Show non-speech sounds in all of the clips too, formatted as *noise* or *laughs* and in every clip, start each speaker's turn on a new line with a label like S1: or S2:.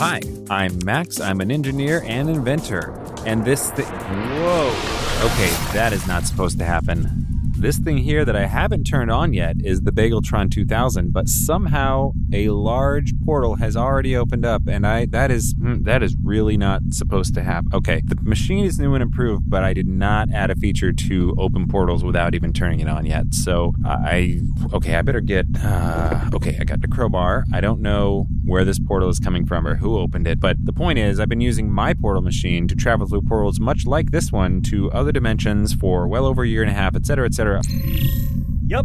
S1: Hi, I'm Max. I'm an engineer and inventor. And this thing. Whoa. Okay, that is not supposed to happen. This thing here that I haven't turned on yet is the Bageltron 2000, but somehow a large portal has already opened up, and I that is mm, that is really not supposed to happen. Okay, the machine is new and improved, but I did not add a feature to open portals without even turning it on yet. So I okay, I better get uh, okay. I got the crowbar. I don't know where this portal is coming from or who opened it, but the point is, I've been using my portal machine to travel through portals much like this one to other dimensions for well over a year and a half, etc., etc.
S2: Yep.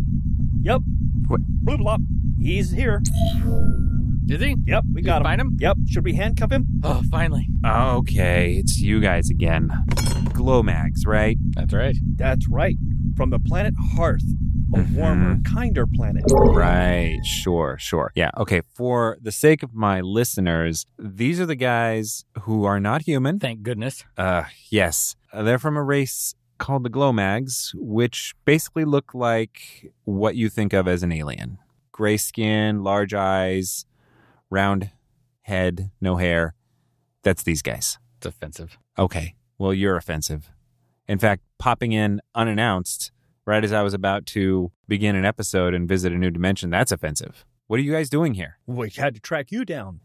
S2: Yep.
S1: What?
S2: Bloop blop. He's here.
S3: Did he?
S2: Yep, we
S3: Did
S2: got
S3: you
S2: him.
S3: find him?
S2: Yep. Should we handcuff him?
S3: Oh, finally.
S1: Okay, it's you guys again. Glomags, right?
S3: That's right.
S2: That's right. From the planet Hearth, a warmer, kinder planet.
S1: Right, sure, sure. Yeah, okay. For the sake of my listeners, these are the guys who are not human.
S3: Thank goodness.
S1: Uh, yes. They're from a race called the Glomags, which basically look like what you think of as an alien gray skin, large eyes, round head, no hair. That's these guys.
S3: It's offensive.
S1: Okay. Well, you're offensive. In fact, popping in unannounced right as I was about to begin an episode and visit a new dimension, that's offensive. What are you guys doing here?
S2: We had to track you down.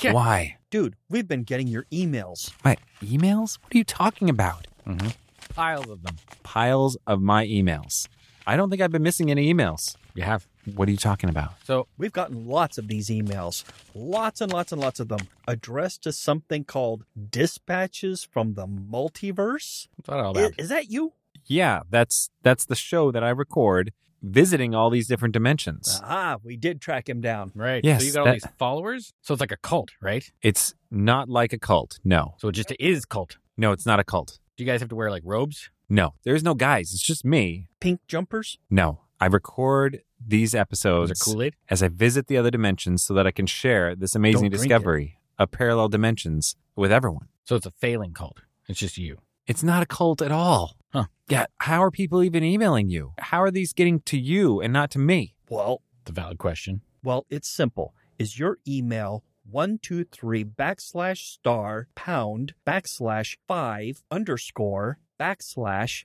S3: Yeah.
S1: Why?
S2: Dude, we've been getting your emails.
S1: My emails? What are you talking about?
S3: Mm-hmm. Pile of them.
S1: Piles of my emails. I don't think I've been missing any emails.
S3: You have.
S1: What are you talking about?
S3: So
S2: We've gotten lots of these emails, lots and lots and lots of them, addressed to something called Dispatches from the Multiverse.
S3: what's that all
S2: I- Is,
S3: about?
S2: that you?
S1: Yeah, that's that's the show that I record visiting all these different dimensions.
S2: Ah, we did track him down.
S3: right.
S1: yes,
S3: so you got
S1: that-
S3: all these followers. So it's like a cult, right?
S1: It's not like a cult. No.
S3: So it just is cult.
S1: No, it's not a cult.
S3: Do you guys have to wear like robes?
S1: No. There's no guys. It's just me
S2: Pink jumpers?
S1: No, I record these
S3: Those
S1: episodes
S3: are Kool Aid.
S1: as I visit the other dimensions so that I can share this amazing
S2: Don't drink
S1: discovery of parallel dimensions with everyone.
S3: So it's a failing cult. It's just you.
S1: It's not a cult at all.
S3: Huh.
S1: Yeah, how are people even emailing you? How are these getting to you and not to me?
S2: Well,
S3: It's a valid question.
S2: well, it's simple. Is your email 123 backslash star pound backslash 5 underscore backslash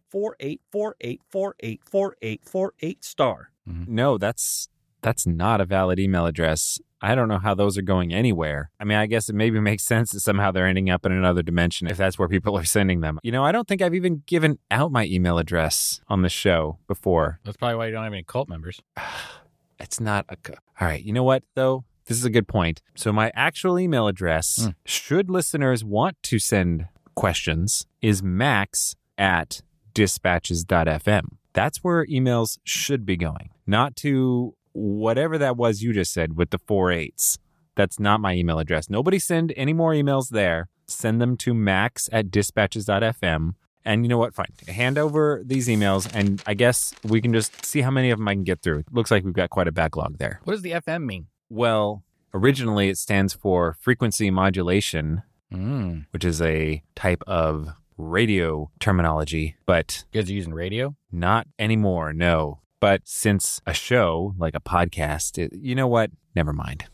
S2: 4848484848 star?
S1: No, that's that's not a valid email address. I don't know how those are going anywhere. I mean, I guess it maybe *laughs* makes sense that somehow they're ending up in another dimension if that's where people are *laughs* sending them. You know, I don't think I've even given out my email address on the show before.
S3: That's probably why you don't have any cult members.
S1: It's not a. co- All right. You know what, though? This is a good point. So, my actual email address,
S3: Mm.
S1: should listeners want to send questions, is max at dispatches.fm. That's where emails should be going, not to whatever that was you just said with the four eights. That's not my email address. Nobody send any more emails there. Send them to max at dispatches.fm. And you know what? Fine. Hand over these emails, and I guess we can just see how many of them I can get through. Looks like we've got quite a backlog there.
S3: What does the FM mean?
S1: Well, originally it stands for frequency modulation,
S3: Mm.
S1: which is a type of radio terminology, but
S3: You guys are using radio?
S1: not anymore, no. But since a show, like a podcast, it, you know what? Never mind.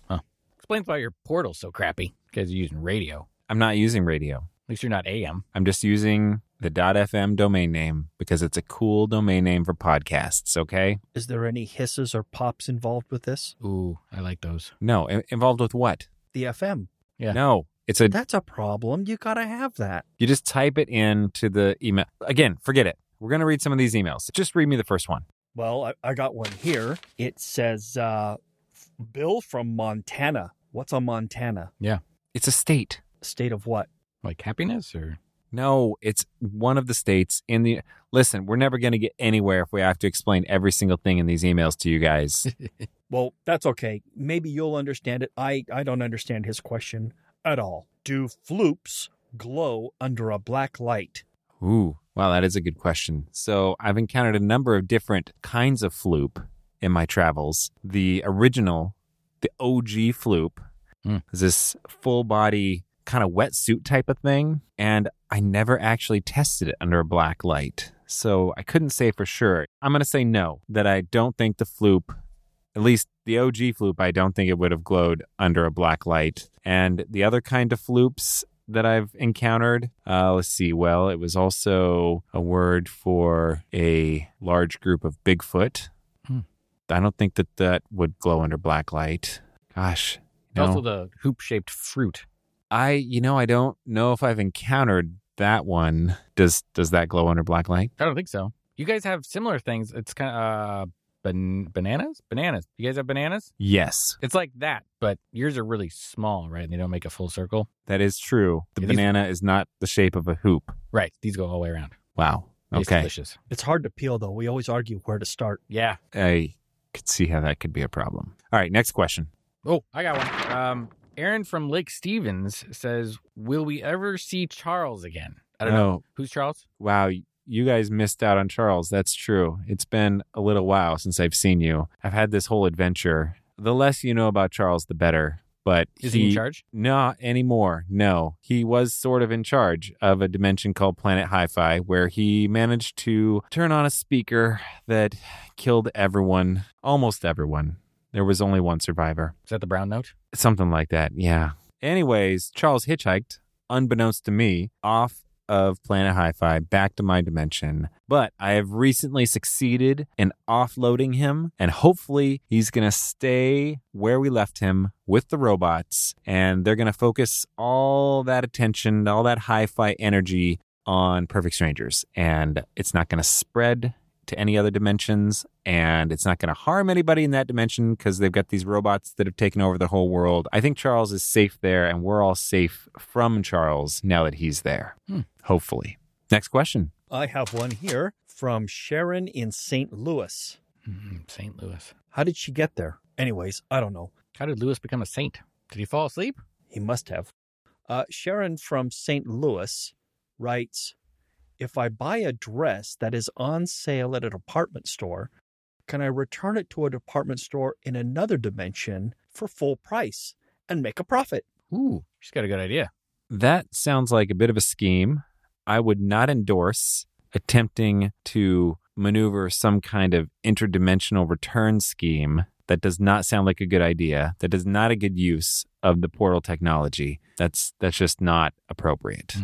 S3: Explains why your portal's so crappy. You guys are using radio.
S1: I'm not using radio.
S3: At least you're not AM.
S1: I'm just using the .fm domain name because it's a cool domain name for podcasts, okay?
S2: Is there any hisses or pops involved with this?
S3: Ooh, I like those.
S1: No, i- involved with what?
S2: The FM.
S3: Yeah.
S1: No, it's a
S2: That's a problem. You gotta have that.
S1: you just type it in to the email. Again, forget it. We're going to read some of these emails. Just read me the first one.
S2: Well, I, I got one here. It says, uh, Bill from Montana. What's a Montana?
S1: It's a state.
S2: State of what?
S3: Like happiness or
S1: No, it's one of the states in the Listen, we're never going to get anywhere if we have to explain every single thing in these emails to you guys.
S2: Well, that's okay. Maybe you'll understand it. I, I don't understand his question at all. Do floops glow under a black light?
S1: Ooh, wow, that is a good question. So I've encountered a number of different kinds of floop in my travels. The original, the OG floop,
S3: Mm.
S1: is this full body kind of wetsuit type of thing. And I never actually tested it under a black light. So I couldn't say for sure. I'm going to say no, that I don't think the floop, at At least the OG floop, I don't think it would have glowed under a black light. And the other kind of floops that I've encountered, uh, let's see. Well, it was also a word for a large group of Bigfoot.
S3: Hmm.
S1: I don't think that that would glow under black light. Gosh, no.
S3: Also, the hoop shaped fruit.
S1: I you know I don't know if I've encountered that one. Does does that glow under black light?
S3: I don't think so. You guys have similar things. It's kind of uh, ban- bananas? Bananas. You guys have bananas?
S1: Yes,
S3: It's like that, but yours are really small, right? And they don't make a full circle.
S1: that is true. The
S3: It is-
S1: banana is not the shape of a hoop.
S3: Right. These go all the way around.
S1: Wow.
S3: Tastes
S1: Okay.
S3: Delicious.
S2: It's hard to peel, though. We always argue where to start.
S3: Yeah.
S1: I could see how that could be a problem. All right, next question.
S3: Oh, I got one. Um, Aaron from Lake Stevens says, "Will we ever see Charles again?" I don't know
S1: Oh,
S3: who's Charles.
S1: wow, you guys missed out on Charles. That's true. It's been a little while since I've seen you. I've had this whole adventure. The less you know about Charles, the better. But
S3: Is he, in charge?
S1: Not anymore. No. He was sort of in charge of a dimension called Planet Hi Fi, where he managed to turn on a speaker that killed everyone, almost everyone. There was only one survivor.
S3: Is that the brown note?
S1: Something like that, yeah. Anyways, Charles hitchhiked, unbeknownst to me, off of Planet Hi Fi back to my dimension. But I have recently succeeded in offloading him, and hopefully he's going to stay where we left him with the robots, and they're going to focus all that attention, all that hi fi energy on Perfect Strangers, and it's not going to spread. To any other dimensions, and it's not going to harm anybody in that dimension because they've got these robots that have taken over the whole world. I think Charles is safe there, and we're all safe from Charles now that he's there.
S3: Hmm.
S1: Hopefully. Next question.
S2: I have one here from Sharon in St. Louis.
S3: Mm, Saint Louis.
S2: How did she get there? Anyways, I don't know.
S3: How did Louis become a saint? Did he fall asleep?
S2: He must have. Uh, Sharon from St. Louis writes If I buy a dress that is on sale at a department store, can I return it to a department store in another dimension for full price and make a profit?
S3: Ooh, she's got a good idea.
S1: That sounds like a bit of a scheme. I would not endorse attempting to maneuver some kind of interdimensional return scheme. That does not sound like a good idea. That is not a good use of the portal technology. That's that's just not appropriate.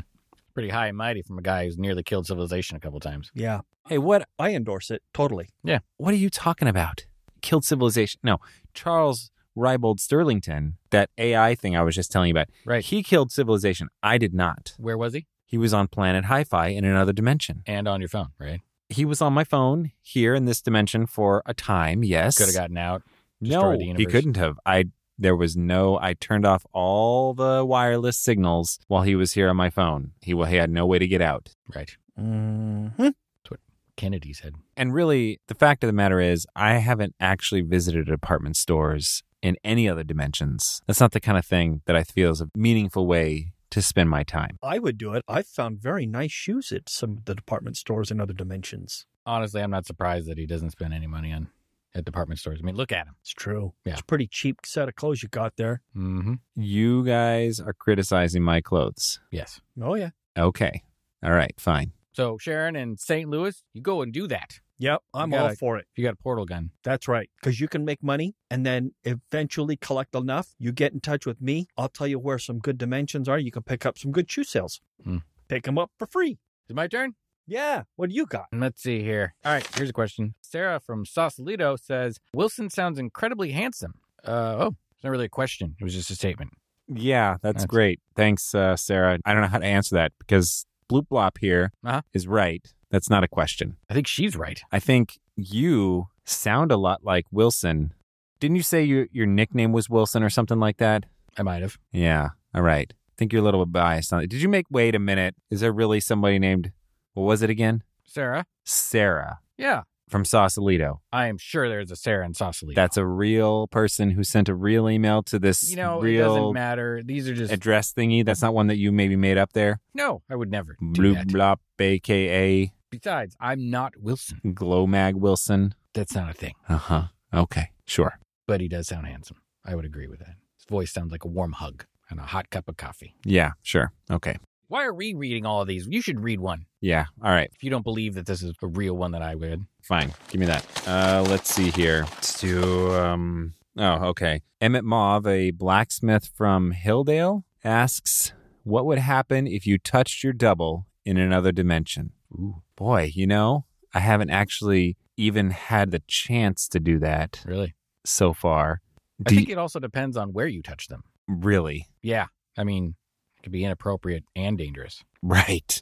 S3: Pretty high and mighty from a guy who's nearly killed civilization a couple times.
S2: Yeah,
S1: Hey, what
S2: I endorse it totally.
S1: What are you talking about? Killed civilization. No, Charles Rybold Sterlington, that AI thing I was just telling you about.
S3: Right.
S1: He killed civilization. I did not.
S3: Where was he?
S1: He was on planet Hi Fi in another dimension.
S3: And on your phone, right?
S1: He was on my phone here in this dimension for a time, yes.
S3: Could have gotten out.
S1: no,
S3: destroyed the
S1: he
S3: universe.
S1: couldn't have. I there was no I turned off all the wireless signals while he was here on my phone. He, he had no way to get out.
S3: Right.
S2: Mm-hmm.
S3: Kennedy said.
S1: And really, the fact of the matter is, I haven't actually visited department stores in any other dimensions. That's not the kind of thing that I feel is a meaningful way to spend my time.
S2: I would do it. I found very nice shoes at some of the department stores in other dimensions.
S3: Honestly, I'm not surprised that he doesn't spend any money on at department stores. I mean, look at him.
S2: It's true.
S3: Yeah.
S2: It's a pretty cheap set of clothes you got there.
S3: Mm-hmm.
S1: You guys are criticizing my clothes.
S3: Yes.
S2: Oh, yeah.
S1: Okay. All right, fine.
S3: So Sharon and St. Louis, you go and do that.
S2: Yep. I'm
S3: gotta-
S2: all for it.
S3: If you got a portal gun,
S2: That's right. Because you can make money and then eventually collect enough. You get in touch with me. I'll tell you where some good dimensions are. You can pick up some good shoe sales.
S3: Hmm.
S2: Pick them up for free.
S3: is it my turn?
S2: Yeah. What do you got?
S3: Let's see here. All right, here's a question. Sarah from Sausalito says Wilson sounds incredibly handsome. Uh, oh, it's not really a question. It was just a statement.
S1: Yeah, that's,
S3: That's-
S1: great. Thanks, uh, Sarah. I don't know how to answer that because Bloop Blop here is
S3: Uh-huh.
S1: right. That's not a question.
S3: I think she's right.
S1: I think you sound a lot like Wilson. Didn't you say you, your nickname was Wilson or something like that?
S3: I might have.
S1: Yeah. All right. I think you're a little bit biased on it. Did you make wait a minute? Is there really somebody named what was it again?
S3: Sarah?
S1: Sarah
S3: Yeah.
S1: from Sausalito.
S3: I am sure there's a Sarah in Sausalito.
S1: That's a real person who sent a real email to this
S3: you know, it doesn't
S1: real
S3: matter. These are just
S1: address thingy. That's not one that you maybe made up there.
S3: no. I would never do
S1: Bloop
S3: that.
S1: blop aka
S3: Besides, I'm not Wilson.
S1: Glowmag Wilson.
S3: That's not a thing.
S1: Uh-huh. Okay. Sure.
S3: But he does sound handsome. I would agree with that. His voice sounds like a warm hug and a hot cup of coffee.
S1: Yeah, sure. Okay.
S3: Why are we reading all of these? You should read one
S1: Yeah. All right.
S3: if you don't believe that this is the real one that I read.
S1: Fine. Give me that. Uh, let's see here. Let's do. Um, oh, okay. Emmett Mauve, a blacksmith from Hilldale, asks, "What would happen if you touched your double in another dimension?" Ooh, boy. You know, I haven't actually even had the chance to do that
S3: Really?
S1: so far.
S3: I
S1: Do
S3: think
S1: you-
S3: it also depends on where you touch them.
S1: really? *laughs*
S3: Yeah. I mean, it could be inappropriate and dangerous.
S1: Right.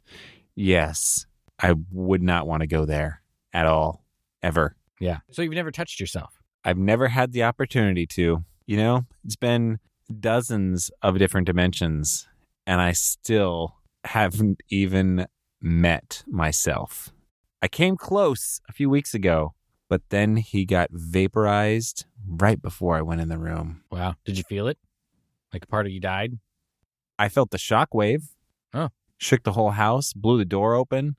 S1: Yes. I would not want to go there at all, ever.
S3: Yeah. So you've never touched yourself.
S1: I've never had the opportunity to. You know, it's been dozens of different dimensions, and I still haven't even met myself. I came close a few weeks ago, but then he got vaporized right before I went in the room.
S3: Wow. Did you feel it? Like a part of you died?
S1: I felt the shockwave.
S3: Huh.
S1: Shook the whole house, blew the door open,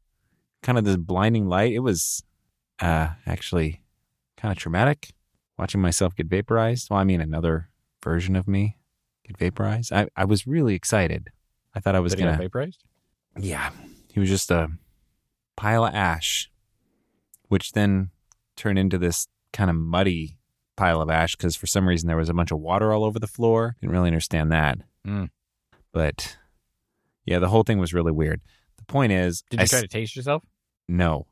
S1: kind of this blinding light. It was uh, actually kind of traumatic watching myself get vaporized. Well, I mean, another version of me get vaporized. I, I was really excited. I thought I was
S3: That you got
S1: going to.
S3: vaporized?
S1: Yeah. He was just a pile of ash, which then turned into this kind of muddy pile of ash because for some reason there was a bunch of water all over the floor. Didn't really understand that.
S3: Mm.
S1: But yeah, the whole thing was really weird. The point is,
S3: Did
S1: I
S3: you try
S1: s-
S3: to taste yourself?
S1: no,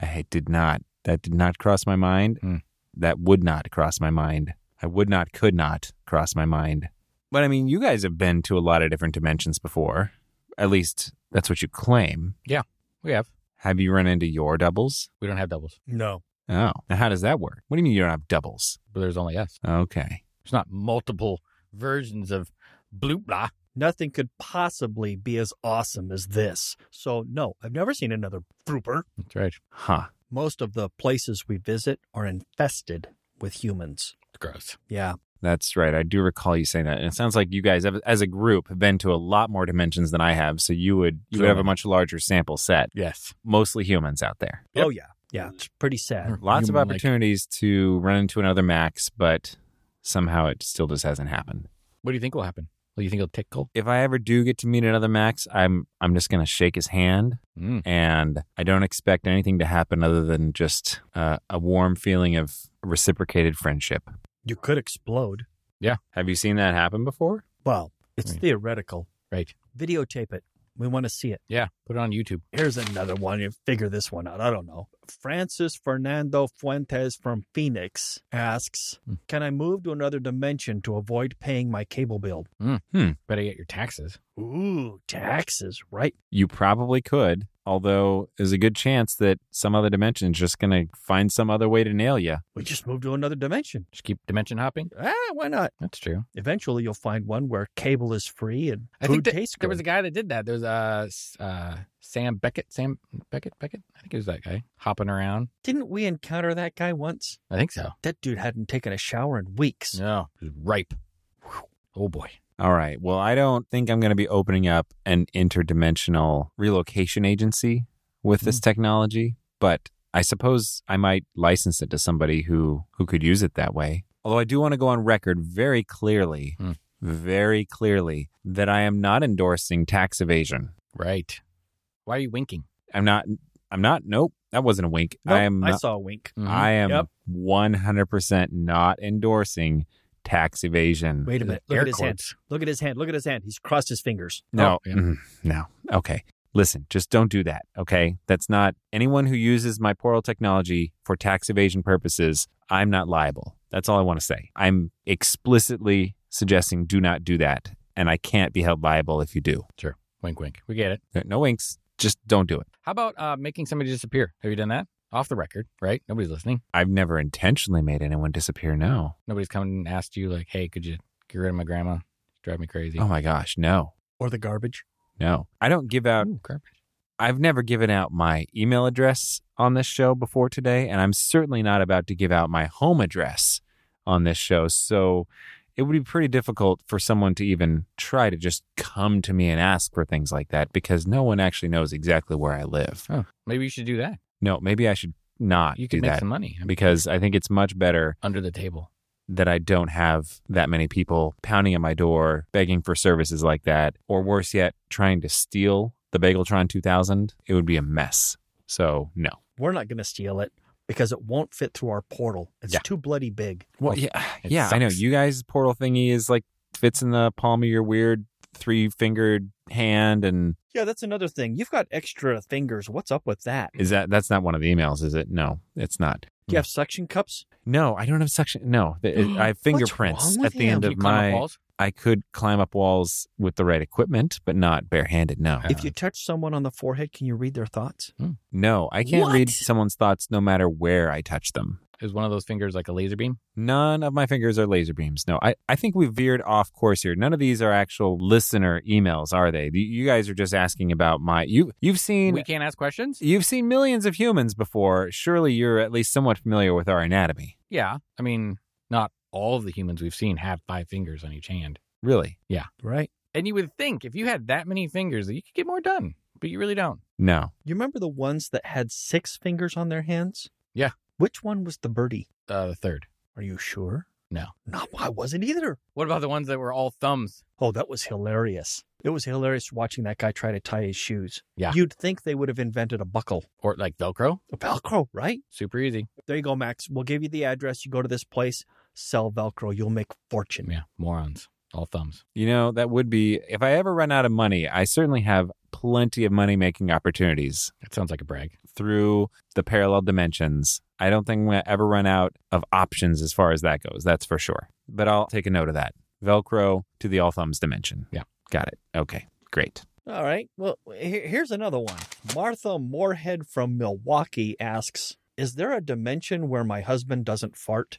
S1: I did not. That did not cross my mind.
S3: Hmm.
S1: That would not cross my mind. I would not, could not cross my mind. But I mean, you guys have been to a lot of different dimensions before. At least that's what you claim.
S3: We have.
S1: Have you run into your doubles?
S3: We don't have doubles,
S2: No.
S1: Oh, now how does that work? What do you mean you don't have doubles?
S3: but there's only us.
S1: Okay.
S3: There's not multiple versions of bloop blah.
S2: Nothing could possibly be as awesome as this. So, no, I've never seen another trooper.
S3: That's right.
S1: Huh.
S2: Most of the places we visit are infested with humans.
S3: It's gross.
S2: Yeah.
S1: That's right. I do recall you saying that. And it sounds like you guys, have, as a group, have been to a lot more dimensions than I have. So you would you would have a
S3: Sure.
S1: much larger sample set.
S3: Yes.
S1: Mostly humans out there.
S3: Yep. Hmm.
S2: Oh, yeah. Yeah. It's pretty sad.
S1: Lots of
S3: Human-like.
S1: opportunities to run into another Max, but somehow it still just hasn't happened.
S3: What do you think will happen? What do you think will tickle?
S1: If I ever do get to meet another Max, I'm I'm just gonna shake his hand,
S3: Mm.
S1: and I don't expect anything to happen other than just uh, a warm feeling of reciprocated friendship.
S2: You could explode.
S1: Have you seen that happen before?
S2: Well, it's
S3: Right.
S2: theoretical.
S3: Right.
S2: Videotape it. We want to see it.
S3: Yeah. Put it on YouTube.
S2: Here's another one. You figure this one out. I don't know. Francis Fernando Fuentes from Phoenix asks
S3: Hmm.
S2: Can I move to another dimension to avoid paying my cable bill?
S3: Better get your taxes.
S2: Ooh, taxes, right?
S1: You probably could, although there's a good chance that some other dimension's just gonna find some other way to nail you.
S2: We just moved to another dimension.
S3: Just keep dimension hopping.
S2: Ah, why not?
S3: That's true.
S2: Eventually, you'll find one where cable is free and
S3: I
S2: food
S3: think that-
S2: tastes good.
S3: There was a guy that did that. There was uh, S- uh Sam Beckett. Sam Beckett. Beckett. I think it was that guy hopping around.
S2: Didn't we encounter that guy once?
S3: I think so.
S2: That dude hadn't taken a shower in weeks.
S3: No. It was ripe. Whew. Oh boy.
S1: All right. Well, I don't think I'm going to be opening up an interdimensional relocation agency with this
S2: Mm-hmm.
S1: technology, but I suppose I might license it to somebody who who could use it that way. Although I do want to go on record very clearly,
S3: Hmm.
S1: very clearly that I am not endorsing tax evasion.
S3: Right. Why are you winking?
S1: I'm not I'm not nope, that wasn't a wink.
S2: Nope,
S1: I am
S2: I
S1: not-
S2: saw a wink.
S3: Mm. Mm-hmm.
S1: I am
S2: Yep.
S1: 100% not endorsing tax evasion.
S2: Wait a minute. Look
S3: Air
S2: at his hand.
S3: quotes.
S2: Look at his hand. Look at his hand. He's crossed his fingers.
S1: No,
S3: Oh, yeah.
S1: mm, no. Okay. Listen, just don't do that. Okay. That's not anyone who uses my portal technology for tax evasion purposes. I'm not liable. That's all I want to say. I'm explicitly suggesting do not do that. And I can't be held liable if you do.
S3: Wink, wink. We get it.
S1: No winks. Just don't do it.
S3: How about uh, making somebody disappear? Have you done that? Off the record, right? Nobody's listening.
S1: I've never intentionally made anyone disappear. No.
S3: Nobody's come and asked you, like, hey, could you get rid of my grandma? She drive me crazy.
S1: Oh my gosh. No.
S2: Or the garbage.
S1: No. I don't give out
S3: Ooh, garbage.
S1: I've never given out my email address on this show before today, and I'm certainly not about to give out my home address on this show. So it would be pretty difficult for someone to even try to just come to me and ask for things like that because no one actually knows exactly where I live.
S3: Oh, maybe you should do that.
S1: No, maybe I should not
S3: You
S1: do
S3: could make
S1: that
S3: some money I mean,
S1: because I think it's much better
S3: under the table.
S1: that I don't have that many people pounding at my door, begging for services like that, or worse yet, trying to steal the Bageltron 2000, it would be a mess. So, no.
S2: We're not going to steal it because it won't fit through our portal. It's
S1: Yeah.
S2: too bloody big.
S1: Well,
S3: Oh,
S1: yeah,
S3: it
S1: yeah, I know.
S3: sucks.
S1: You guys' portal thingy is like fits in the palm of your weird three fingered hand, and
S2: Yeah, that's another thing. You've got extra fingers. What's up with that?
S1: is that that's not one of the emails, is it? No, it's not.
S2: Do you have suction cups?
S1: No, I don't have suction. No, the- it- *gasps* I have fingerprints
S2: wrong
S1: at
S2: with
S1: the
S2: him?
S1: end of
S3: Can you climb up
S1: my.
S3: walls?
S1: I could climb up walls with the right equipment, but not barehanded. No,
S3: Uh,
S2: If you touch someone on the forehead, can you read their thoughts?
S1: no, I can't
S4: What?
S1: read someone's thoughts no matter where I touch them.
S3: Is one of those fingers like a laser beam?
S1: None of my fingers are laser beams. No, I, I think we veered off course here. None of these are actual listener emails, are they? The- You guys are just asking about my you you've seen
S3: We can't ask questions?
S1: you've seen millions of humans before. Surely you're at least somewhat familiar with our anatomy.
S3: Yeah. I mean, not all of the humans we've seen have five fingers on each hand.
S1: Really?
S2: Right.
S3: And you would think if you had that many fingers that you could get more done, but you really don't.
S1: No.
S2: You remember the ones that had six fingers on their hands?
S3: Yeah.
S2: Which one was the birdie?
S3: Uh, the third.
S2: Are you sure?
S3: No.
S2: No, I wasn't either.
S3: What about the ones that were all thumbs?
S2: Oh, that was hilarious. It was hilarious watching that guy try to tie his shoes.
S3: Yeah.
S2: You'd think they would have invented a buckle,
S3: Or like Velcro?
S2: a Velcro, right?
S3: Super easy.
S2: There you go, Max. We'll give you the address. You go to this place, sell Velcro. You'll make fortune.
S3: Yeah. Morons. All thumbs.
S1: You know, that would be if I ever run out of money, I certainly have plenty of money making opportunities
S3: That sounds like a brag.
S1: through the parallel dimensions. I don't think I'm gonna ever run out of options as far as that goes, that's for sure. But I'll take a note of that. Velcro to the all thumbs dimension.
S3: Yeah.
S1: Got it. Okay. Great.
S2: All right. Well, he- here's another one. Martha Moorhead from Milwaukee asks Is there a dimension where my husband doesn't fart?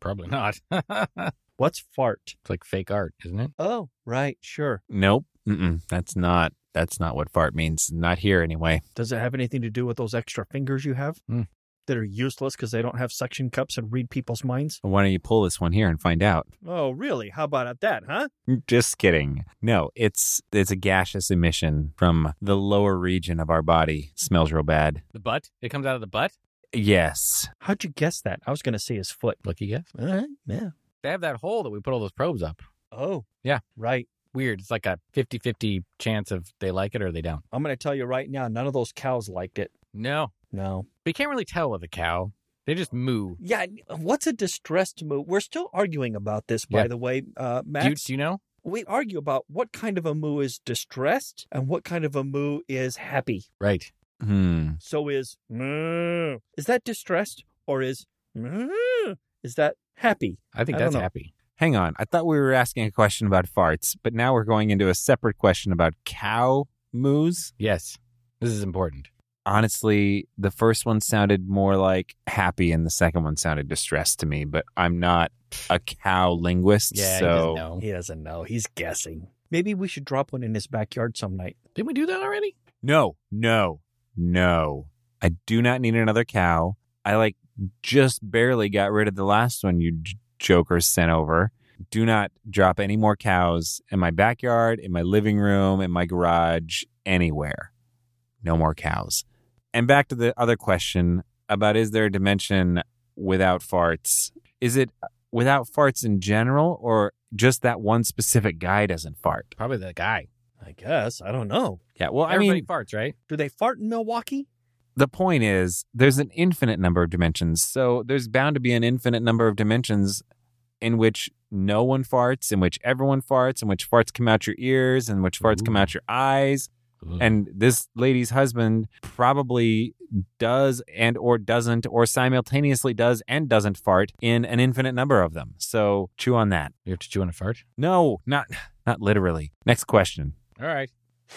S3: Probably *laughs* not. it's
S2: What's fart?
S3: like fake art, isn't it?
S2: Oh, right. Sure.
S1: Nope. Mm-mm. That's not that's not what fart means. Not here anyway.
S2: Does it have anything to do with those extra fingers you have
S3: Hmm.
S2: that are useless because they don't have suction cups and read people's minds?
S1: Why don't you pull this one here and find out? *laughs*
S2: Oh, really? How about that, huh?
S1: Just kidding. No, it's it's a gaseous emission from the lower region of our body. Smells real bad.
S3: The butt? It comes out of the butt?
S1: Yes.
S2: How'd you guess that? I was going to say his foot.
S3: Lucky guess.
S2: All right. Yeah.
S3: They have that hole that we put all those probes up.
S2: Oh.
S3: Yeah.
S2: Right.
S3: Weird. It's like a 50 50 chance of they like it or they don't.
S2: I'm going to tell you right now, none of those cows liked it.
S3: No.
S2: No.
S3: But you can't really tell with a cow. They just moo.
S2: Yeah. uh, What's a distressed move? We're still arguing about this, by
S3: Yeah.
S2: the way, uh,
S3: Do you,
S2: Max.
S3: do you know?
S2: we argue about what kind of a moo is distressed and what kind of a moo is happy.
S3: Right.
S1: Hmm.
S2: So is moo. Is that distressed or is moo? Is that happy?
S3: I think
S2: I don't
S3: that's
S2: know.
S3: happy.
S1: Hang on. I thought we were asking a question about farts, but now we're going into a separate question about cow moos.
S3: Yes. This is important.
S1: Honestly, the first one sounded more like happy and the second one sounded distressed to me, but I'm not a cow linguist,
S3: Yeah. he doesn't
S1: so
S3: know.
S2: He doesn't know. He's guessing. Maybe we should drop one in his backyard some night.
S3: Didn't we do that already?
S1: No, no, no. I do not need another cow. I like just barely got rid of the last one you j- jokers sent over. Do not drop any more cows in my backyard, in my living room, in my garage, anywhere. No more cows. And back to the other question about is there a dimension without farts? Is it without farts in general or just that one specific guy doesn't fart?
S3: Probably the guy.
S2: I guess. I don't know.
S1: Yeah, well, I
S3: Everybody
S1: mean,
S3: farts, right?
S2: Do they fart in Milwaukee?
S1: the point is there's an infinite number of dimensions so there's bound to be an infinite number of dimensions in which no one farts in which everyone farts in which farts come out your ears in which farts come
S3: Ooh.
S1: out your eyes and this lady's husband probably does and or doesn't or simultaneously does and doesn't fart in an infinite number of them so chew on that
S3: you have to chew on a fart?
S1: no not not literally next question
S3: All right.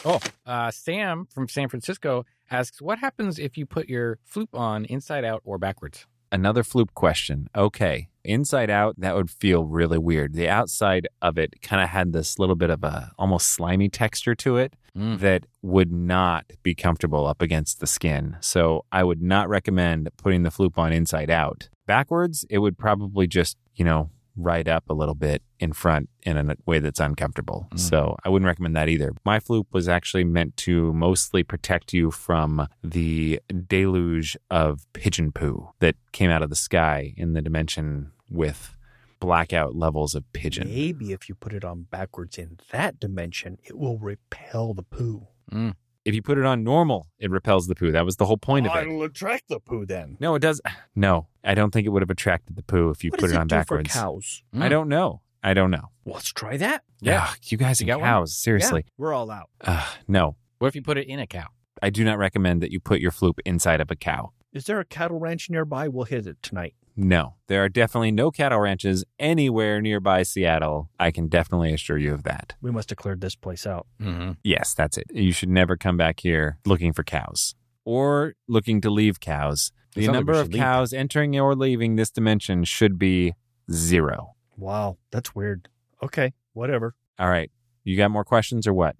S3: Oh, uh, Sam from San Francisco asks, "What happens if you put your floop on inside out or backwards?"
S1: another floop question. Okay. Inside out, that would feel really weird. The outside of it kind of had this little bit of a almost slimy texture to it
S3: Mm.
S1: that would not be comfortable up against the skin. So I would not recommend putting the floop on inside out. Backwards, it would probably just, you know, ride up a little bit in front in a way that's uncomfortable.
S3: Mm.
S1: So I wouldn't recommend that either. My floop was actually meant to mostly protect you from the deluge of pigeon poo that came out of the sky in the dimension with blackout levels of pigeon.
S2: Maybe if you put it on backwards in that dimension, it will repel the poo.
S1: If you put it on normal, it repels the poo. That was the whole point of it.
S2: It'll attract the poo then.
S1: No, it does. *sighs* No, I don't think it would have attracted the poo if you
S2: What
S1: put
S2: does
S1: it on
S2: do
S1: backwards.
S2: for cows?
S1: I don't know. I don't know.
S2: Let's try that.
S3: Hmm? Yeah.
S1: Ugh, you guys
S3: You
S1: and
S3: got one?
S1: cows. Seriously.
S2: Yeah, we're all out.
S1: Ugh, no,
S3: What if you put it in a cow?
S1: I do not recommend that you put your floop inside of a cow.
S2: Is there a cattle ranch nearby? We'll hit it tonight.
S1: No, there are definitely no cattle ranches anywhere nearby Seattle. I can definitely assure you of that.
S2: We must have cleared this place out.
S3: Mm-hmm.
S1: Yes, that's it. You should never come back here looking for cows or looking to leave cows.
S3: It
S1: The
S3: sounds like
S1: number
S3: we
S1: of
S3: should leave.
S1: cows entering or leaving this dimension should be zero.
S2: Wow, that's weird. Okay, whatever.
S1: All right. You got more questions or what?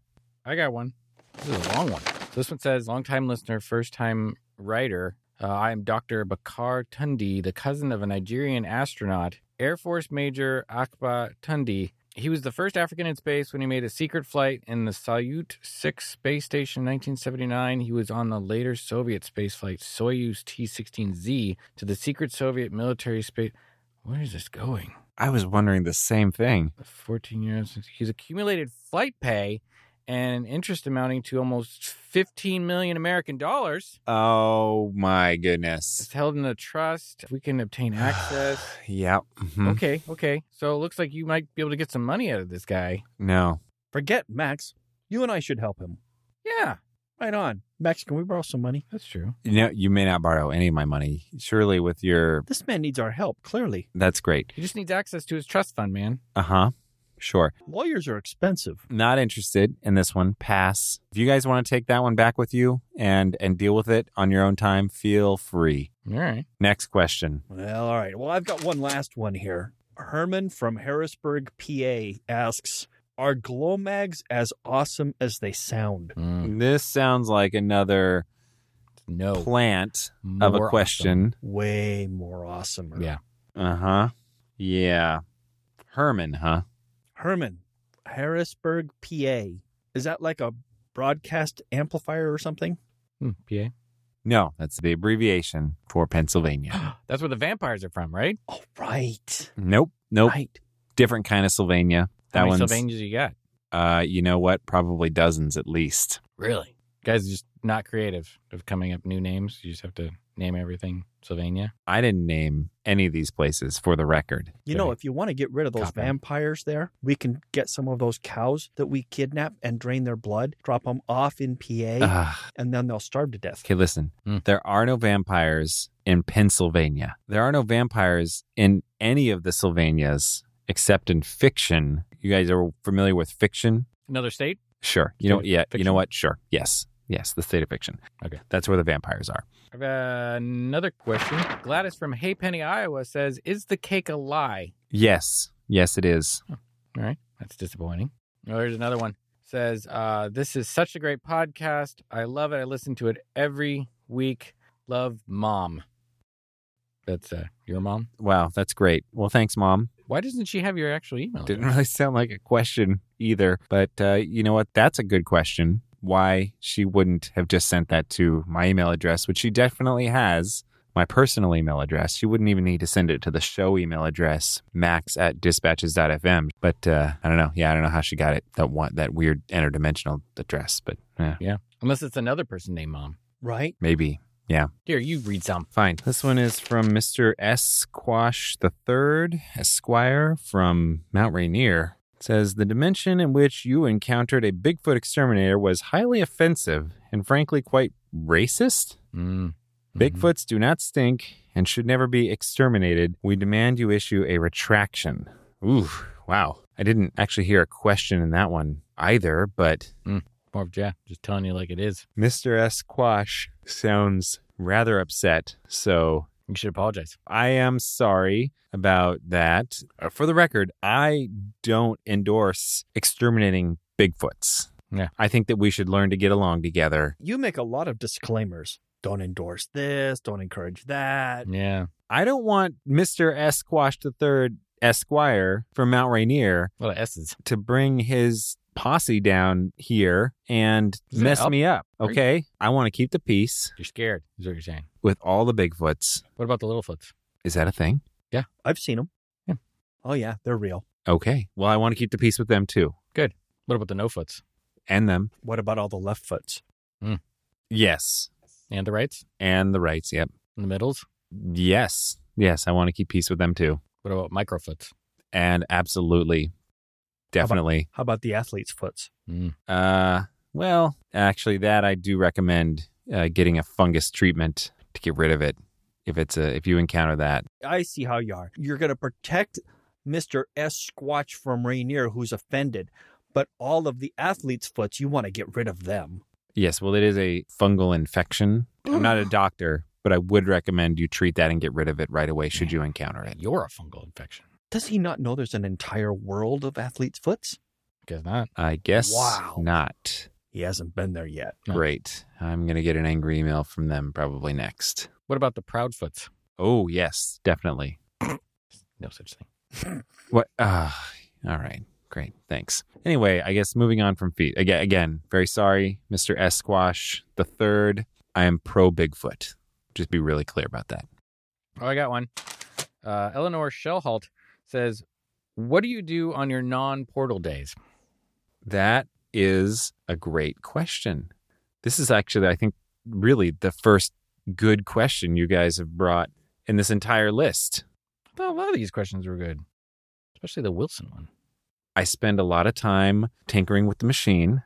S3: I got one. This is a long one. This one says, longtime listener, first time writer. Uh, I am Dr. Bakar Tundi, the cousin of a Nigerian astronaut, Air Force Major Akba Tundi. He was the first African in space when he made a secret flight in the Salyut 6 space station in 1979. He was on the later Soviet spaceflight Soyuz T 16Z to the secret Soviet military space. Where is this going?
S1: I was wondering the same thing.
S3: 14 years. He's accumulated flight pay and an interest amounting to almost 15 million American dollars.
S1: Oh my goodness.
S3: It's held in a trust. We
S1: *sighs*
S3: can obtain access.
S1: Yep. mhm.
S3: okay, okay. So it looks like you might be able to get some money out of this guy.
S1: No.
S2: Forget Max. You and I should help him.
S3: Yeah,
S2: Right on. Max, can we borrow some money?
S3: that's true.
S1: You know, you may not borrow any of my money. Surely with your
S2: This man needs our help, clearly.
S1: that's great.
S3: He just needs access to his trust fund, man.
S1: Uh-huh. Sure.
S2: Lawyers are expensive.
S1: Not interested in this one. Pass. If you guys want to take that one back with you and and deal with it on your own time, feel free.
S3: All right.
S1: Next question.
S2: Well, all right. Well, I've got one last one here. Herman from Harrisburg, PA asks Are glow mags as awesome as they sound?
S3: Mm,
S1: This sounds like another
S3: no.
S1: plant of
S3: Oh. More
S1: a question.
S2: Way more awesome.
S3: awesome. Yeah.
S1: Uh-huh. Yeah. Herman, huh?
S2: Herman, Harrisburg, PA. Is that like a broadcast amplifier or something?
S3: Mm,
S1: No, that's the abbreviation for Pennsylvania.
S3: PA. *gasps* That's where the vampires are from, right?
S2: Oh, right.
S1: nope. Nope.
S2: Right.
S1: different kind of Sylvania. That
S3: How many
S1: one's,
S3: Sylvanias you got?
S1: uh, you know what? Probably dozens at least.
S3: Really? Guys are just not creative of coming up new names. You just have to name everything Sylvania.
S1: I didn't name any of these places for the record.
S2: You know,
S3: Okay.
S2: if you want to get rid of those
S3: Copy.
S2: vampires there, we can get some of those cows that we kidnap and drain their blood, drop them off in PA,
S3: Uh-huh.
S1: Ugh.
S2: and then they'll starve to death.
S1: Okay, listen.
S3: Mm.
S1: There are no vampires in Pennsylvania. There are no vampires in any of the Sylvanias except in fiction. You guys are familiar with fiction?
S3: Another state?
S1: Sure. You know,
S3: State of
S1: yeah. You know
S3: fiction?
S1: what? Sure. Yes. Yes. The state of fiction.
S3: Okay.
S1: That's where the vampires are.
S3: I've got another question. Gladys from Haypenny, Iowa says, Is the cake a lie?
S1: Yes. Yes, it is.
S3: All right. That's disappointing. Oh, here's another one. Says, uh, This is such a great podcast. I love it. I listen to it every week. Love mom. That's uh, your mom.
S1: Wow. That's great. Well, thanks, mom.
S3: Why doesn't she have your actual email?
S1: Didn't
S3: address?
S1: really sound like a question either, but uh, you know what? That's a good question. Why she wouldn't have just sent that to my email address, which she definitely has, my personal email address. She wouldn't even need to send it to the show email address, max at dispatches.fm. But uh, I don't know. Yeah, I don't know how she got it, that one, that weird interdimensional address, but eh,
S3: Unless it's another person named mom.
S2: Right?
S1: maybe.
S3: Here, you read some.
S1: Fine. This one is from Mr. Esquash the Third, Esquire from Mount Rainier. It says the dimension in which you encountered a Bigfoot exterminator was highly offensive and frankly quite racist.
S3: Mm.
S1: Bigfoots do not stink and should never be exterminated. We demand you issue a retraction. Ooh, wow. I didn't actually hear a question in that one either, but
S3: More of yeah, just telling you like it is.
S1: Mr. Esquash sounds rather upset. So
S3: You should apologize.
S1: I am sorry about that. Uh, For the record, I don't endorse exterminating Bigfoots.
S3: Yeah.
S1: I think that we should learn to get along together.
S2: You make a lot of disclaimers. Don't endorse this, don't encourage that.
S3: Yeah.
S1: I don't want Mr. Esquash III Esquire from Mount Rainier
S3: A lot of S's.
S1: to bring his posse down here and
S3: Is it
S1: mess
S3: up?
S1: me up.
S3: Are you-
S1: Okay. I want to keep the peace
S3: You're scared, is what you're saying.
S1: with all the Bigfoots.
S3: What about the Littlefoots?
S1: Is that a thing?
S2: I've seen them.
S3: Yeah.
S2: Oh, yeah, they're real.
S1: Okay. Well, I want to keep the peace with them too,
S3: What about the no foots
S1: and them.
S2: What about all the left foots?
S1: Yes,
S3: and the rights
S1: and the rights. Yep.
S3: and the middles?
S1: Yes, yes. I want to keep peace with them too,
S3: What about microfoots?
S1: and absolutely,
S2: How about-
S1: definitely.
S2: How about the athlete's foots?
S3: Hmm,
S1: Uh, well, actually, that I do recommend uh, getting a fungus treatment to get rid of it if it's a if you encounter that.
S2: I see how you are. You're going to protect Mr. S. Squatch from Rainier, who's offended, but all of the athlete's foots, you want to get rid of them.
S1: Yes, well, it is a fungal infection. I'm not a doctor, but I would recommend you treat that and get rid of it right away should you encounter it.
S3: You're a fungal infection.
S2: Does he not know there's an entire world of athlete's foots?
S3: Guess not.
S1: I guess
S2: Wow.
S1: not.
S2: He hasn't been there yet.
S3: No.
S1: Great. I'm going to get an angry email from them probably next.
S3: What about the proud foots?
S1: Oh, yes, definitely.
S3: No such thing.
S1: What? Uh, all right. Great. Thanks. Anyway, I guess moving on from feet. Again, again very sorry, Mr. Esquash the third. I am pro Bigfoot. Just be really clear about that.
S3: Oh, I got one. Uh, Eleanor Shellhalt says, "What do you do on your non-portal days?"
S1: That is a great question. This is actually, I think, really the first good question you guys have brought in this entire list.
S3: I thought a lot of these questions were good, especially the Wilson one.
S1: I spend a lot of time tinkering with the machine,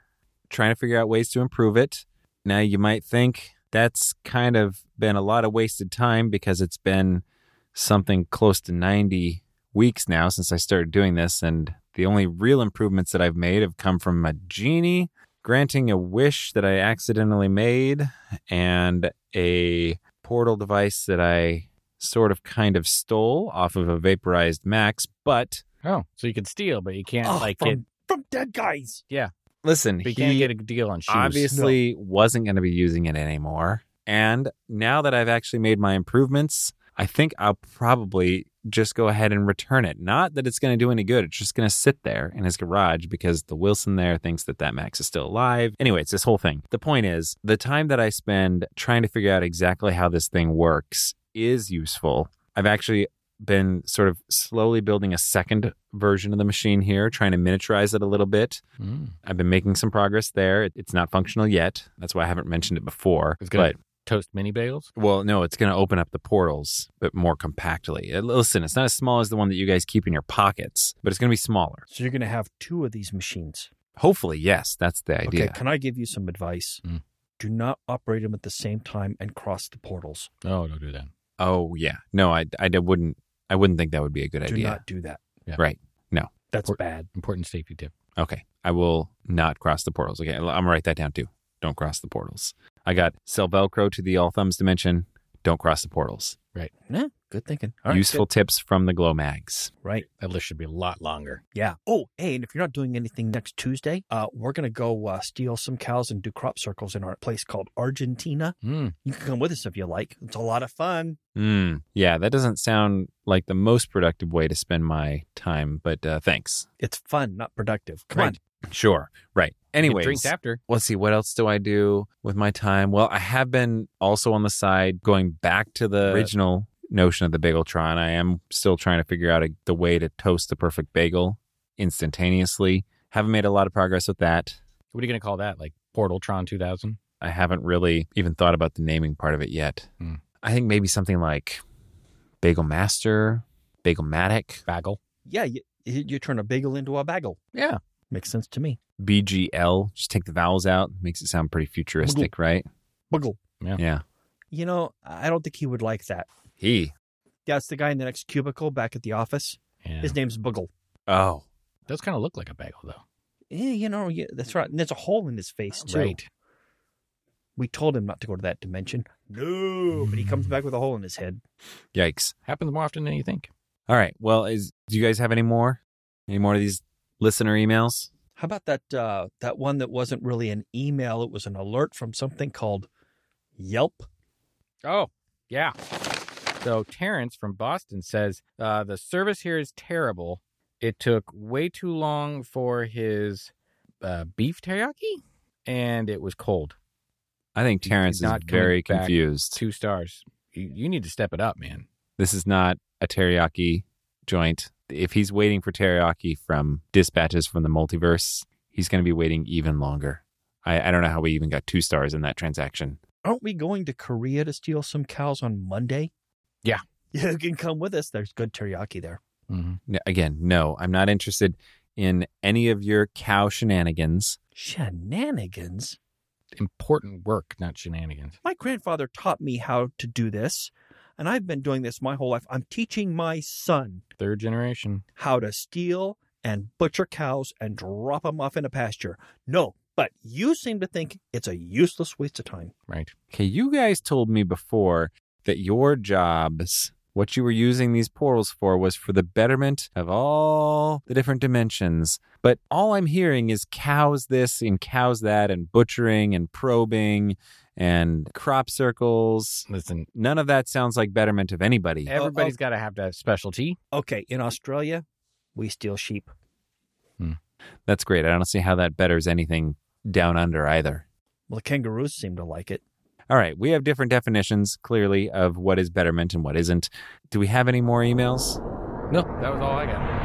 S1: trying to figure out ways to improve it. Now, you might think that's kind of been a lot of wasted time because it's been something close to 90 weeks now since I started doing this. And the only real improvements that I've made have come from a genie granting a wish that I accidentally made and a portal device that I sort of kind of stole off of a vaporized Max. But
S3: Oh, so you can steal, but you can't
S2: Oh,
S3: like
S2: from,
S3: get,
S2: from dead guys.
S1: listen,
S3: but you can't get a deal on shoes.
S1: obviously wasn't going to be using it anymore. And now that I've actually made my improvements, I think I'll probably just go ahead and return it. Not that it's going to do any good. It's just going to sit there in his garage because the Wilson there thinks that that Max is still alive. Anyway, it's this whole thing. The point is, the time that I spend trying to figure out exactly how this thing works is useful. I've actually been sort of slowly building a second version of the machine here, trying to miniaturize it a little bit.
S3: Mm.
S1: I've been making some progress there. It- It's not functional yet. That's why I haven't mentioned it before.
S3: It's gonna toast mini bagels.
S1: but well, no, it's going to open up the portals, but more compactly. Uh, Listen, it's not as small as the one that you guys keep in your pockets, but it's going to be smaller.
S2: So you're going to have two of these machines.
S1: Hopefully, yes, that's the idea.
S2: Okay, can I give you some advice?
S3: Mm.
S2: Do not operate them at the same time and cross the portals.
S3: No, don't do that.
S1: Oh yeah, no, I, I d- wouldn't I wouldn't think that would be a good
S2: do
S1: idea.
S2: not do that.
S3: Yeah.
S1: Right. No.
S2: That's
S3: Or-
S2: bad.
S3: Important safety tip.
S1: Okay, I will not cross the portals. Okay, I'm gonna write that down too. Don't cross the portals. I got sell Velcro to the all thumbs dimension. Don't cross the portals.
S2: Yeah, good thinking. All right,
S1: Useful tips from the glow mags.
S2: good. Right.
S3: That list should be a lot longer.
S2: Yeah. Oh, hey, and if you're not doing anything next Tuesday, uh, we're going to go uh, steal some cows and do crop circles in our place called Argentina.
S3: Mm.
S2: You can come with us if you like. It's a lot of fun.
S1: Mm, yeah, that doesn't sound like the most productive way to spend my time, but uh, thanks.
S2: It's fun, not productive. Come
S1: Right. Sure. Right. Anyways,
S3: drinks after.
S1: let's see, what else do I do with my time? Well, I have been also on the side going back to the original notion of the Bageltron. I am still trying to figure out a, the way to toast the perfect bagel instantaneously. Haven't made a lot of progress with that.
S3: What are you gonna call that? Like Portaltron 2000?
S1: I haven't really even thought about the naming part of it yet.
S3: Hmm.
S1: I think maybe something like Bagel Master, Bagelmatic.
S3: Bagel.
S2: on. Yeah, you, you turn a bagel into a bagel.
S3: Yeah.
S2: Makes sense to me.
S1: BGL. Just take the vowels out. Makes it sound pretty futuristic, right?
S2: Bagel.
S3: Yeah.
S1: Yeah.
S2: You know, I don't think he would like that.
S1: He.
S2: That's the guy in the next cubicle back at the office.
S3: Yeah.
S2: His name's Boogle.
S1: Oh.
S3: does kind of look like a bagel though.
S2: Yeah, you know, yeah, that's right. And there's a hole in his face, too.
S3: Right.
S2: We told him not to go to that dimension. No, but he
S3: Mm.
S2: comes back with a hole in his head.
S1: Yikes.
S3: Happens more often than you think.
S1: All right. Well, is do you guys have any more? Any more of these listener emails?
S2: How about that uh, that one that wasn't really an email? It was an alert from something called Yelp.
S3: Oh, yeah. So Terrence from Boston says uh, the service here is terrible. It took way too long for his uh, beef teriyaki, and it was cold.
S1: I think
S3: He's
S1: Terrence is
S3: not coming
S1: very
S3: back
S1: confused.
S3: Two stars. You, you need to step it up, man.
S1: This is not a teriyaki joint. if he's waiting for teriyaki from dispatches from the multiverse, he's going to be waiting even longer. I, I don't know how we even got two stars in that transaction.
S2: Aren't we going to Korea to steal some cows on Monday?
S3: Yeah.
S2: You can come with us. There's good teriyaki there.
S3: Mm-hmm.
S1: No, again, no, I'm not interested in any of your cow shenanigans.
S2: Shenanigans?
S3: Important work, not shenanigans.
S2: My grandfather taught me how to do this, and I've been doing this my whole life. I'm teaching my son
S3: Third generation.
S2: how to steal and butcher cows and drop them off in a pasture. No, but you seem to think it's a useless waste of time.
S3: Right.
S1: Okay, you guys told me before that your jobs, what you were using these portals for, was for the betterment of all the different dimensions. But all I'm hearing is cows this and cows that, and butchering and probing and crop circles.
S3: Listen,
S1: None of that sounds like betterment of
S3: Oh,
S1: anybody.
S3: everybody's got to have that specialty.
S2: Okay, in Australia, we steal sheep.
S1: That's great. I don't see how that betters anything down under either.
S2: Well, the kangaroos seem to like it.
S1: All right, we have different definitions clearly of what is betterment and what isn't. Do we have any more emails?
S3: No, that was all I got.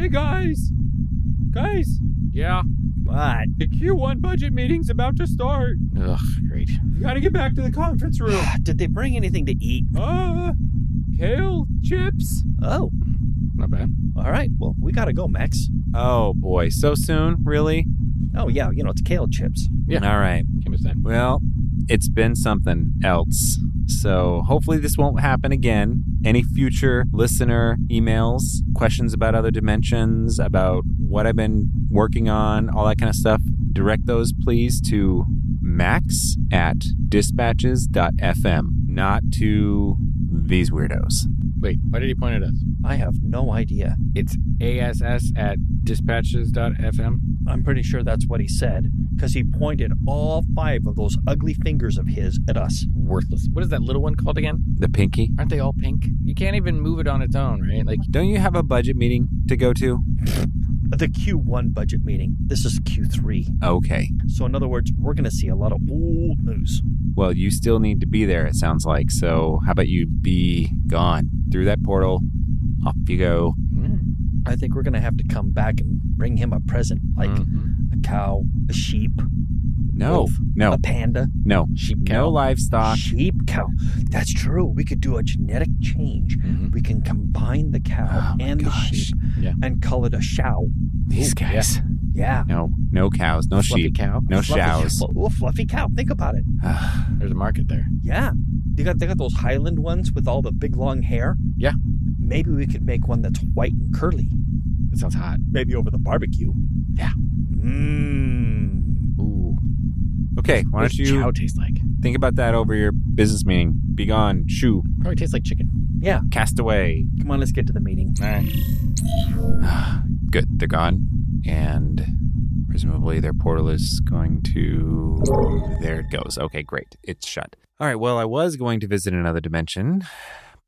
S1: Hey guys, guys,
S3: Yeah.
S2: But
S1: the Q1 budget meeting's about to start.
S3: Ugh, great.
S1: You gotta get back to the conference room.
S2: did they bring anything to eat?
S1: Uh, kale, chips.
S2: Oh,
S3: Not bad.
S2: all right. Well, we got to go, Max.
S1: Oh boy, so soon? Really?
S2: Oh, yeah, you know, it's kale chips.
S3: Yeah.
S1: All right.
S3: Came with that.
S1: Well, it's been something else. So hopefully this won't happen again. Any future listener emails, questions about other dimensions, about what I've been working on, all that kind of stuff, direct those please to max at dispatches.fm, not to these weirdos.
S3: Wait, why did he point at us?
S2: I have no idea.
S3: It's ass at dispatches.fm.
S2: I'm pretty sure that's what he said because he pointed all five of those ugly fingers of his at us.
S3: Worthless. What is that little one called again?
S1: The pinky.
S3: Aren't they all pink? You can't even move it on its own, right? Like,
S1: Don't you have a budget meeting to go to?
S2: The Q1 budget meeting. This is Q3.
S1: Okay.
S2: So, in other words, we're going to see a lot of old news.
S1: Well, you still need to be there, it sounds like. So how about you be gone through that portal? Off you go. Mm-hmm.
S2: I think we're going to have to come back and bring him a present like
S1: Mm. Mm-hmm.
S3: Mhm.
S2: a cow, a sheep,
S1: No,
S2: Wolf.
S1: no,
S2: a panda,
S1: no.
S3: sheep
S1: No
S3: cow.
S1: livestock.
S2: sheep cow. That's true. We could do a genetic change.
S1: Mm-hmm.
S3: Mhm.
S2: We can combine the cow
S1: Oh my
S2: and
S1: gosh.
S2: the sheep
S3: Yeah.
S2: and call it a show.
S1: These
S3: Ooh,
S1: guys.
S2: Yeah.
S1: No, no cows, no
S3: Fluffy
S1: sheep,
S3: cow.
S1: no
S2: Fluffy-
S1: shows.
S2: Oh, fluffy cow. Think about it.
S3: There's a market there.
S2: Yeah. They got they got those Highland ones with all the big long hair.
S3: Yeah.
S2: Maybe we could make one that's white and curly.
S3: That sounds hot.
S2: Maybe over the barbecue.
S3: Yeah.
S2: Mmm.
S3: Ooh.
S1: okay, why
S3: What
S1: don't
S3: does
S1: you
S3: Chow taste like?
S1: think about that over your business meeting? Be gone, shoo,
S3: Probably tastes like chicken.
S2: Yeah.
S1: cast away.
S2: Come on, let's get to the meeting.
S3: All right.
S1: Good, they're gone, and presumably their portal is going to. There it goes. Okay, great, it's shut. All right. Well, I was going to visit another dimension,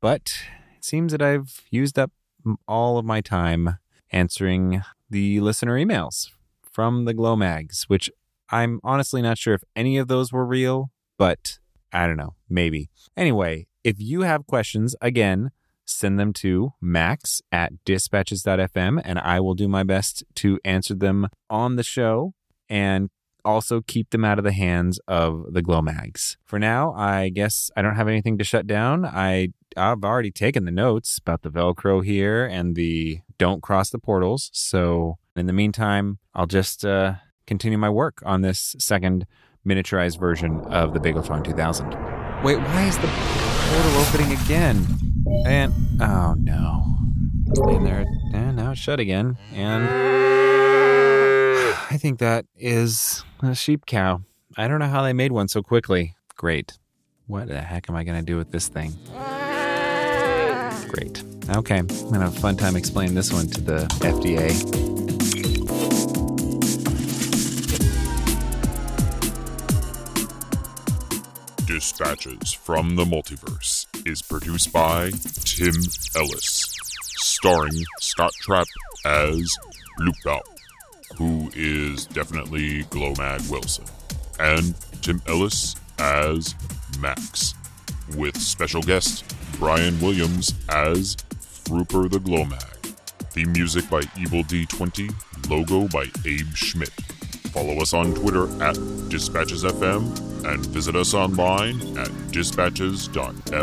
S1: but it seems that I've used up m- all of my time answering the listener emails from the glow mags, which I'm honestly not sure if any of those were real, but I don't know, maybe. Anyway, if you have questions, again, send them to max at dispatches.fm and I will do my best to answer them on the show and also keep them out of the hands of the glow mags. For now, I guess I don't have anything to shut down. I I've already taken the notes about the Velcro here and the don't cross the portals. So in the meantime, I'll just uh, continue my work on this second miniaturized version of the Bigeltron 2000. Wait, why is the portal opening again? And oh no, and there and now it's shut again. And I think that is a sheep cow. I don't know how they made one so quickly. Great. What the heck am I gonna do with this thing? Great. Okay, I'm gonna have a fun time explaining this one to the FDA.
S4: Dispatches from the Multiverse is produced by Tim Ellis, starring Scott Trapp as Loopout, who is definitely Glomag Wilson, and Tim Ellis as Max, with special guest Brian Williams as Fruper the Glowmag. Theme music by Evil D20, logo by Abe Schmidt. Follow us on Twitter at DispatchesFM and visit us online at dispatches.fm.